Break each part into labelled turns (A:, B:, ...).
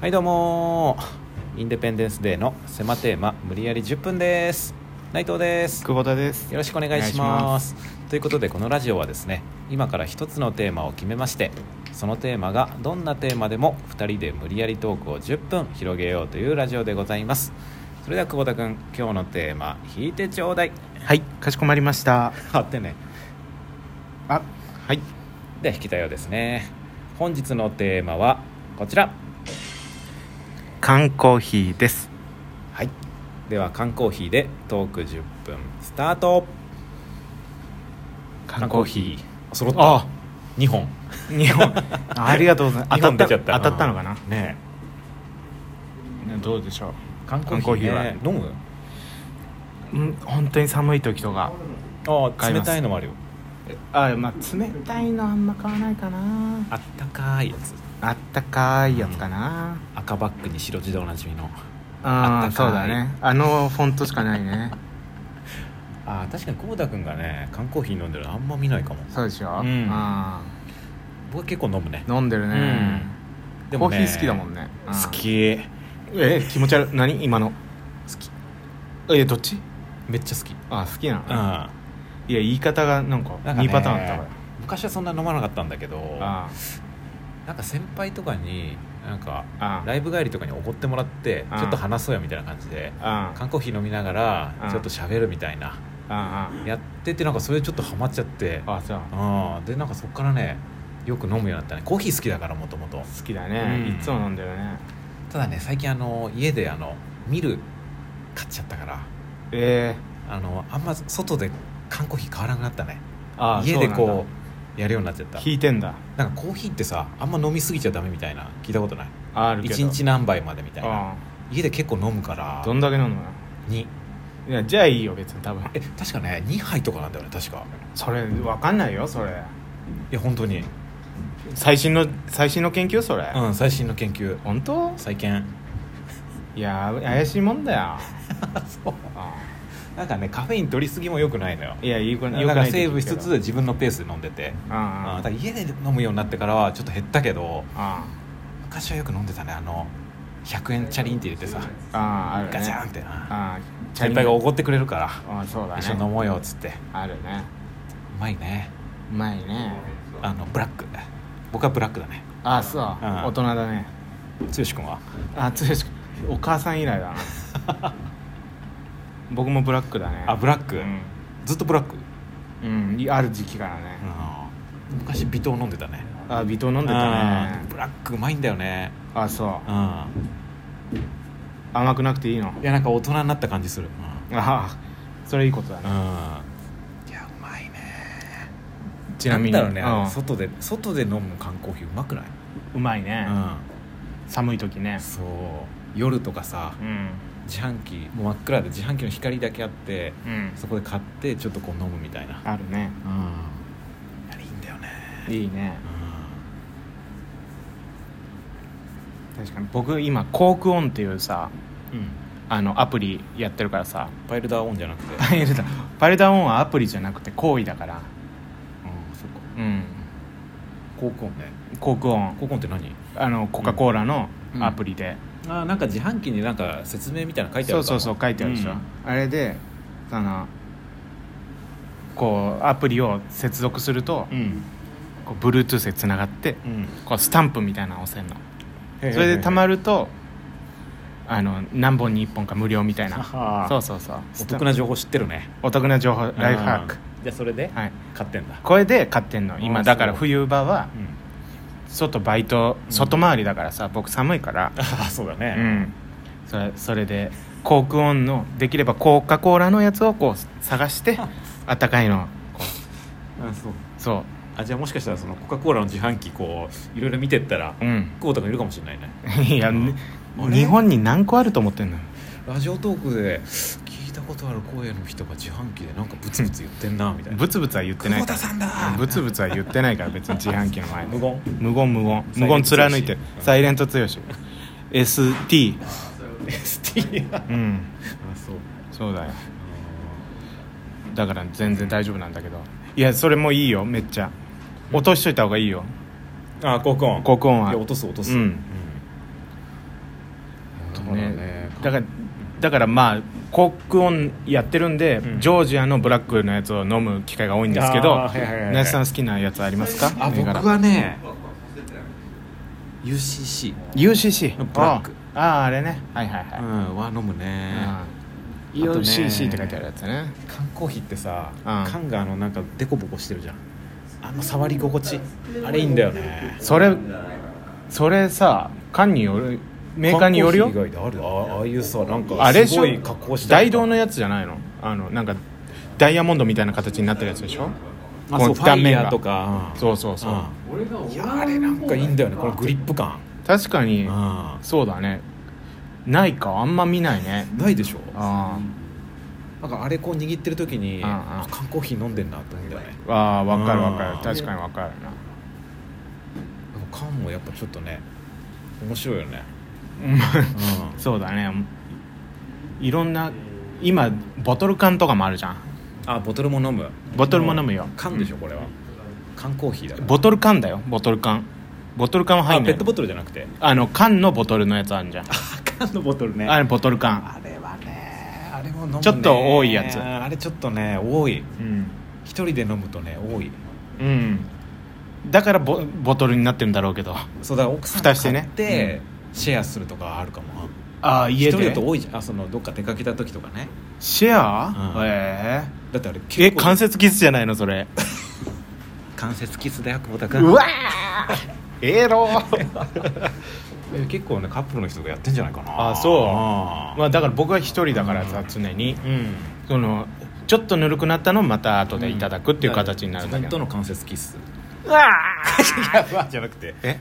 A: はいどうもインデペンデンスデーの狭テーマ無理やり10分です内藤です
B: 久保田です
A: よろしくお願いしますということでこのラジオはですね今から一つのテーマを決めましてそのテーマがどんなテーマでも2人で無理やりトークを10分広げようというラジオでございますそれでは久保田君今日のテーマ「引いてちょうだい
B: はいかしこまりました」
A: あってね
B: あはい
A: で引きたようですね本日のテーマはこちら
B: 缶コーヒーです
A: はいでは缶コーヒーでトーク10分スタート缶コーヒー揃った
B: あ
A: 2本
B: 日本ありがとうございます
A: 2本出ちゃった
B: 当たったのかな
A: うんね
B: どうでしょ
A: え缶コ
B: 缶コ
A: ー
B: ー
A: ヒ
B: ヒ
A: ー,、
B: ー
A: ね
B: は、
A: 飲む
B: ううん本当に寒い時とか
A: ああ
B: 買い
A: 冷
B: ます
A: たいのもあるよ
B: あまあ冷たいのあんま買わないかな
A: あったかいやつ
B: あったかいやつかな、
A: 赤バッグに白地でおなじみの
B: あ
A: あ
B: あ
A: ったか
B: そ
A: い
B: うだねあのフォントしかないね
A: あー確かに久保田君がね缶コーヒー飲んでるのあんま見ないかも
B: そうでしょ、
A: うん
B: あ
A: 僕は結構飲むね
B: ー飲んでるね、
A: で
B: コ
A: も
B: ー
A: ね
B: ヒー好きだもんね、うん
A: 好き
B: え気持ち悪い何今の
A: 好き
B: えどっち
A: めっちゃ好き
B: あ好きなの、
A: うんない
B: や言い方がなんか
A: んかね
B: 2パターンあったから、
A: 昔はそんな飲まなかったんだけど
B: あ
A: なんか先輩とかになんか
B: あ
A: ライブ帰りとかにおごってもらって
B: うん
A: ちょっと話そうよみたいな感じで
B: ああ
A: 缶コーヒー飲みなが
B: う
A: ら
B: ん
A: ちょっと喋るみたいな
B: あ
A: やっててなんかそれちょっとハマっちゃって
B: ああそう
A: うんでなんかそっからねよく飲むようになったねコーヒー好きだからもともと
B: 好きだね、
A: うん
B: いつも飲んでるね
A: ただね最近あの家であのミル買っちゃったから
B: え
A: あのあんま外で缶コーヒー買わなくなったね
B: ー、ああ
A: 家
B: そ
A: で
B: うな
A: こ
B: んだ
A: うやるようになっちゃった
B: 引いてんだ
A: なんかコーヒーってさあんま飲みすぎちゃダメみたいな聞いたことない
B: ああるけど
A: 1日何杯までみたいな
B: あ
A: 家で結構飲むから
B: あどんだけ飲むのよ
A: に
B: いやじゃあいいよ別に多分
A: え確かね2杯とかなんだよね確か
B: それわかんないよそれ
A: いや本当に
B: 最新の最新の研究それ、
A: うん最新の研究
B: 本当
A: 再建
B: いや怪しいもんだよ あ
A: なんかねカフェイン取りすぎもよくないのよ
B: あいやいいこ
A: だ
B: と
A: か
B: よくな
A: ら
B: いって
A: セ
B: 言
A: ー
B: う
A: ブ
B: け
A: し
B: ど
A: つつ自分のペースで飲んでて、
B: ああ
A: あ
B: あ
A: だから家で飲むようになってからはちょっと減ったけど
B: あ
A: 昔はよく飲んでたねあの100円チャリンって入れてさ
B: ああああるね
A: ガチャンってな
B: ああ
A: 先輩がおごってくれるから
B: ああそうだね
A: 一緒に飲もうよっつって
B: あるね
A: うまいね
B: うまいね
A: あのブラック僕はブラックだね
B: あそう、大人だね
A: 剛君は
B: あ剛お母さん以来だな 僕もブラックだね
A: あブラック、
B: うん、
A: ずっとブラック、
B: うんいある時期からね、
A: うん、昔微糖飲んでたね
B: あ微糖飲んでたね
A: うんブラックうまいんだよね
B: あそううん甘くなくていいの
A: いやなんか大人になった感じする
B: あそれいいことだ
A: うん、
B: ね
A: うん、いやうまいね
B: ちなみに
A: なんだろうね、
B: うん
A: 外で外で飲む缶コーヒーうまくない、
B: うまいね、
A: う
B: 寒い時ね
A: ん、そう夜とかさ
B: うん
A: 自販機もう真っ暗で自販機の光だけあって
B: うん
A: そこで買ってちょっとこう飲むみたいな
B: あるね
A: うんあれいいんだよね
B: いいね
A: う
B: 確かに僕今コークオンっていうさ
A: ん、うん、
B: あのアプリやってるからさ
A: パイルダーオンじゃなくて
B: パイルダパイルダーオンはアプリじゃなくて行為だから
A: うんそっか
B: うん
A: 高校ね
B: コークオン
A: 高校って何
B: あのコカ・コーラの
A: うん
B: アプリで、
A: あーなんか自販機になんか説明みたいなの書いてあ
B: そ
A: る
B: うそうそう書いてあるでしょ、あれであのこうアプリを接続すると、
A: うん、
B: こう Bluetooth でつながって
A: うん
B: こうスタンプみたいなの押せるの
A: うん、
B: それでたま
A: る
B: るとあの何本に1本か無料みたいな
A: は
B: そうそうそう
A: お得な情報知ってるね
B: お得な情報ライフハック
A: うんじゃあそれで
B: はい
A: 買ってんだ、
B: これで買ってんの
A: あ
B: 今
A: ー
B: だから
A: そう
B: 冬場は
A: うん、
B: 外バイト
A: うん
B: 外回りだからさ僕寒いから
A: ああそうだ
B: う
A: ね、
B: ん、それそれでコークオンのできればコカ・コーラのやつをこう探してあったかいのこ
A: あそう
B: うそ
A: あじゃあもしかしたらそのコカ・コーラの自販機こういろいろ見てったら
B: ううん
A: 久保田がいるかもしれないね
B: いや、ね
A: あれ
B: 日本に何個あると思ってんの
A: ラジオトークで聞いたことある声の人が自販機でなんかブツブツ言ってんなみたいな
B: ブツブツは言ってない
A: 久保
B: か
A: 田さんだ
B: らブツブツは言ってないから別に自販機の前で
A: 無
B: 無
A: 言
B: 言無言無言貫いてるサ
A: サ
B: イレント剛 ST
A: ST あ
B: うん
A: そう
B: そうだよだから全然大丈夫なんだけどいやそれもいいよめっちゃ落としといた方がいいよ
A: あーコークオン
B: コークオンはい
A: や落とす落とす
B: うん
A: そうだね
B: だからだからまあコックオンやってるんで、
A: うん
B: ジョージアのブラックのやつを飲む機会が多いんですけど
A: あーはいはいはいはい
B: 那須さん好きなやつありますか
A: あ
B: 銘柄
A: 僕はね UCC、
B: UCC
A: ブラック
B: あーあーあれねはいはいうは
A: ん、は飲むね、
B: い、
A: あとね
B: UCC って書いてあるやつね
A: 缶コーヒーってさ、
B: うん
A: 缶があのなんかデコボコしてるじゃんあの触り心地あれいいんだよね
B: それそれさ缶によるメーカーによるよ
A: 缶コーヒー以外であるあああいうさなんか
B: あれですし
A: ご
B: ょ
A: い加工して
B: 大道のやつじゃないのあのなんかダイヤモンドみたいな形になってるやつでしょ
A: あそう
B: こ
A: フ
B: の断
A: ァイ
B: 面が
A: ヤーとか
B: そうそうそう、
A: うんいやあれなんかいいんだよねこのグリップ感
B: 確かに
A: うん
B: そうだねないかあんま見ないね
A: ないでしょ
B: あ
A: なんかあれこう握ってる時
B: う
A: に
B: んうん
A: あ缶コーヒー飲んでんなって思うんだよね
B: ーあーわかるわか
A: うん
B: る確かにわかるな
A: なんか缶もやっぱちょっとね面白いよね
B: うんそうだねいろんな今ボトル缶とかもあるじゃん
A: あボトルも飲む
B: ボトルも飲むよ
A: 缶でしょこれは缶コーヒーだから
B: ボトル缶だよボトル缶ボトル缶は入
A: あ
B: ん
A: ペ
B: ない
A: ットボトルじゃなくて
B: あの缶のボトルのやつあるじゃん
A: 缶のボトルね
B: あれボトル缶
A: あれはねあれも飲むね
B: ちょっと多いやつ
A: あれちょっとね多い
B: うん
A: 一人で飲むとね多い
B: うんだからボボトルになってるんだろうけど
A: そうだから奥さん
B: 蓋してね
A: 買ってシェアするとかあるかも
B: ああ
A: 一
B: 家
A: 人
B: で
A: だと多いじゃんあそのどっか出かけた時とかね
B: シェア、
A: うん
B: え
A: だってあれ結
B: え
A: 構
B: え関節キスじゃないのそ れ
A: 関節キスだよ久保田君
B: うわーええろ
A: え結構ねカップルの人がやってんじゃないかな
B: あそう
A: あー
B: まあだから僕は一人だからさ常に
A: うん
B: そのちょっとぬるくなったのをまた後でいただくっていう形になるんだけ
A: 本当
B: ど、
A: の関節キ ス
B: うわ
A: やばじゃなくて
B: え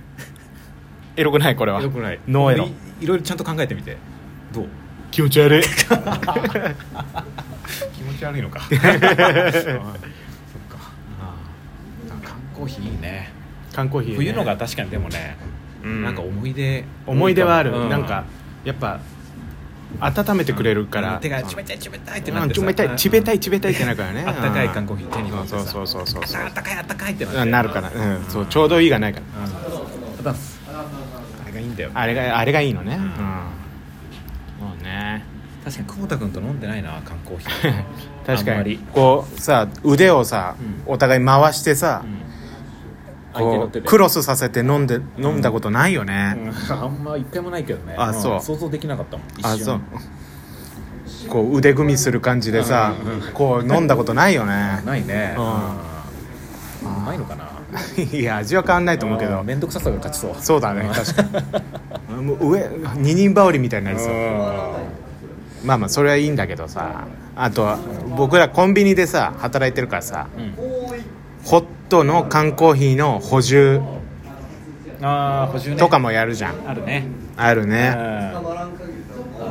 B: エロくないこれは
A: よくない
B: ノーエロ
A: いいろいろちゃんと考えてみてどう
B: 気持ち悪い
A: 気持ち悪 いのかそっかあーなんか缶コーヒーいいね
B: 缶コーヒー、ね、
A: 冬のが確かにでもね、
B: うん
A: なんか思い出
B: 思い出はある、
A: う
B: なんかやっぱ温めてくれるから、
A: 手が冷たい冷たいってな
B: う
A: っ
B: ん
A: てさ
B: 冷たい冷たい冷たいってなるからね
A: あったかい缶コーヒー手に取って
B: そ
A: さ
B: うそうそうそうそう
A: あったかいあったかいってなって
B: うんなるから、うん、そうちょうどいいがないから
A: うんあざっすあれがいいんだよ
B: あれがあれがいいのね、うんんそうね
A: 確かに久保田君と飲んでないな缶コーヒー
B: 確
A: あん
B: か
A: ま
B: に
A: り
B: こうさ腕をさ、
A: う
B: お互い回してさ、
A: 相手
B: こ
A: の
B: う
A: 手で
B: クロスさせて飲んで飲んだことないよ
A: う
B: ね、
A: んあんま一回もないけどね
B: あ
A: ん
B: そう
A: 想像できなかったもん一瞬
B: あそうこう腕組みする感じでさ、こう飲んだことないよ ね
A: ないね
B: うん
A: うんうまいのかない
B: や味は変わんないと思うけ
A: あー
B: ど
A: 面倒くささが勝ちそう
B: そうだね確か にもう上二人羽織みたいになりそうまあまあそれはいいんだけどさあとは僕らコンビニでさ働いてるからさ、
A: ん
B: ホットの缶コーヒーの補充
A: ああ補充ね
B: とかもやるじゃん
A: あるね
B: ある
A: う
B: ね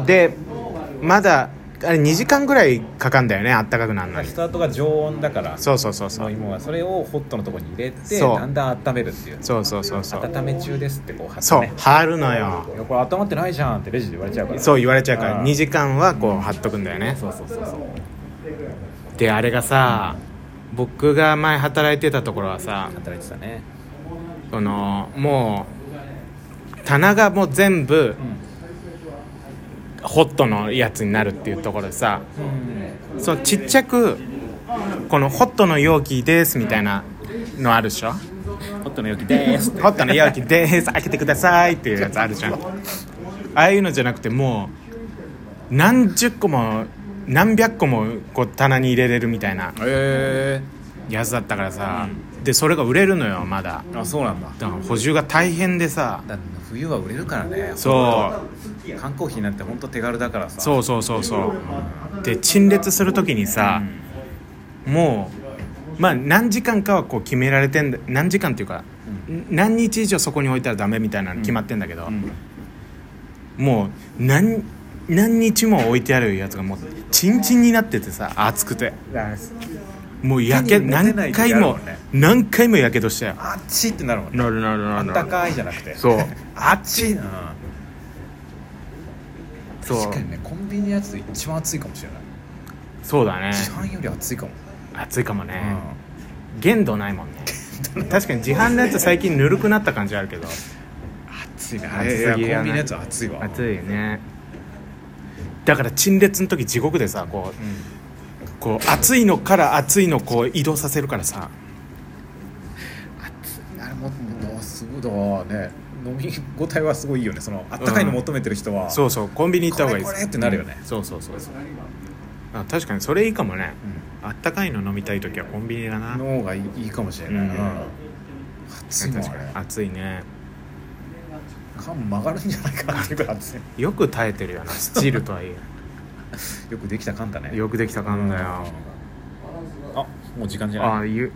A: ん
B: でまだあれ2時間ぐらいかかんだよねあったかくなるのに
A: スタートが常温だから
B: そうそうそうそ
A: の
B: う
A: 芋はそれをホットのとこに入れて
B: そう
A: だんだん温めるっていう
B: そうそうそうそう
A: 温め中ですってこう貼ってね
B: そう貼るのよ
A: いやこれ温まってないじゃんってレジで言われちゃうから
B: そう言われちゃうか
A: あ
B: ら
A: ー
B: 2時間はこう貼っとくんだよね
A: そうそうそうそう
B: であれがさ僕が前働いてたところはさ
A: 働いてたね
B: そのもう棚がもう全部ホットのやつになるっていうところでさそのちっちゃくこのホットの容器ですみたいなのあるでしょ
A: ホットの容器でーす
B: ホットの容器です開けてくださいっていうやつあるじゃんああいうのじゃなくてもう何十個も何百個もこう棚に入れれるみたいな
A: へ
B: やつだったからさでそれが売れるのよまだ
A: えあそうなんだ
B: だから補充が大変でさ
A: だって冬は売れるからね
B: そう
A: う缶コーヒーなんて本当手軽だからさ
B: そうそうそうそうで陳列する時にさ、もうまあ何時間かはこう決められてんだ何時間っていうか、ん何日以上そこに置いたらダメみたいなの決まってんだけど、
A: ん
B: もう何何日も置いてあるやつがもうチンチンになっててさ熱くてもうやけ
A: 手に持てな
B: 何
A: い時あ
B: 回
A: るも
B: も
A: んね
B: 何回もやけどしたよ
A: あっちってなるもんね
B: なるなるな
A: あ
B: る
A: っ
B: な
A: た
B: る
A: かいじゃなくて
B: そう
A: あっちな
B: そう
A: 確かにねコンビニのやつ一番暑いかもしれない
B: そうだね
A: 市販より暑いかも、
B: 熱いかもね、
A: う
B: 限度ないもんね 確かに自販のやつ最近ぬるくなった感じあるけど
A: ん、暑いね
B: 暑すぎ
A: いやいや
B: やな
A: コンビニのやつは暑いわ
B: 暑いねだから陳列の時地獄でさこうこう熱いのから熱いのこう移動させるからさ
A: あれももうすごいだわね飲み応えはすごいいいよねそのあったかいの求めてる人は、
B: そうそうコンビニ行った方がいい
A: これこれってなるよね
B: うんそうそうそうそうあ確かにそれいいかもね、あったかいの飲みたい時はコンビニだな
A: の方がいいいいかもしれない、
B: う
A: うんん熱いもんあ
B: 確か
A: れ
B: に暑いね
A: 缶曲がるんじゃないかなっていうぐらい熱い
B: よく耐えてるよなスチールと はい
A: よくできた缶だね
B: えよくできたかんだよ、
A: あもう時間じゃない
B: ああいう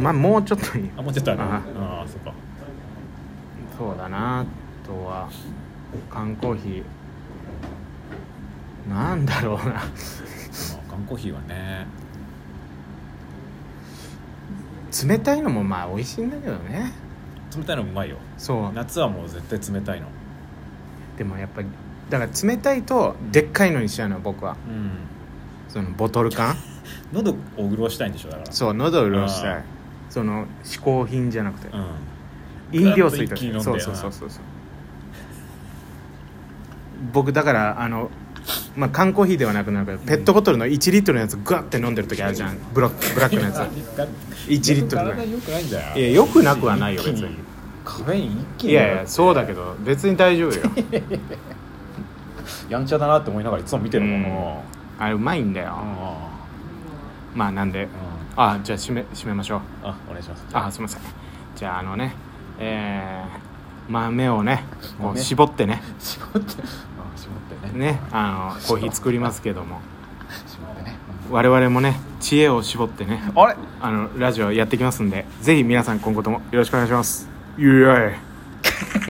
B: まあもうちょっといい
A: あもうちょっとある
B: あ
A: ああそっか
B: そうだなあとは缶コーヒーなんだろうな
A: まあ缶コーヒーはね
B: 冷たいのもまあ美味しいんだけどね
A: 冷たいのうまいよ
B: そう
A: 夏はもう絶対冷たいの
B: でもやっぱりだから冷たいとでっかいのにしちゃうの僕は
A: うん
B: そのボトル缶
A: 喉を潤したいんでしょだから
B: そう喉を潤した
A: あー
B: いその嗜好品じゃなくて
A: うん
B: 飲料水と
A: ガッと一気に飲んで
B: そうそうそうそうそう僕だからあのまあ缶コーヒーではなくなんかペットボトルの1リットルのやつグワッて飲んでる時あるじゃんブラックブラックのやつ1リットルぐら
A: 体
B: い
A: 良くないんだよ
B: いやよくなくはないよ別に
A: カフェイン一気
B: い
A: に
B: やいやそうだけど別に大丈 夫よ
A: やんちゃだなって思いながらいつも見てるもん
B: うん
A: も
B: あれうまいんだよ
A: う
B: まあなんで
A: うんうん
B: あじゃあ締め締めましょう
A: あお願いします
B: あすみませんじゃああのねえー豆をねこう
A: 豆
B: 絞ってね
A: 絞ってあ絞ってね
B: ねあのコーヒー作りますけども
A: 絞ってね
B: 我々もね知恵を絞ってね
A: あれ
B: あのラジオやっていきますんでぜひ皆さん今後ともよろしくお願いしますイエーイ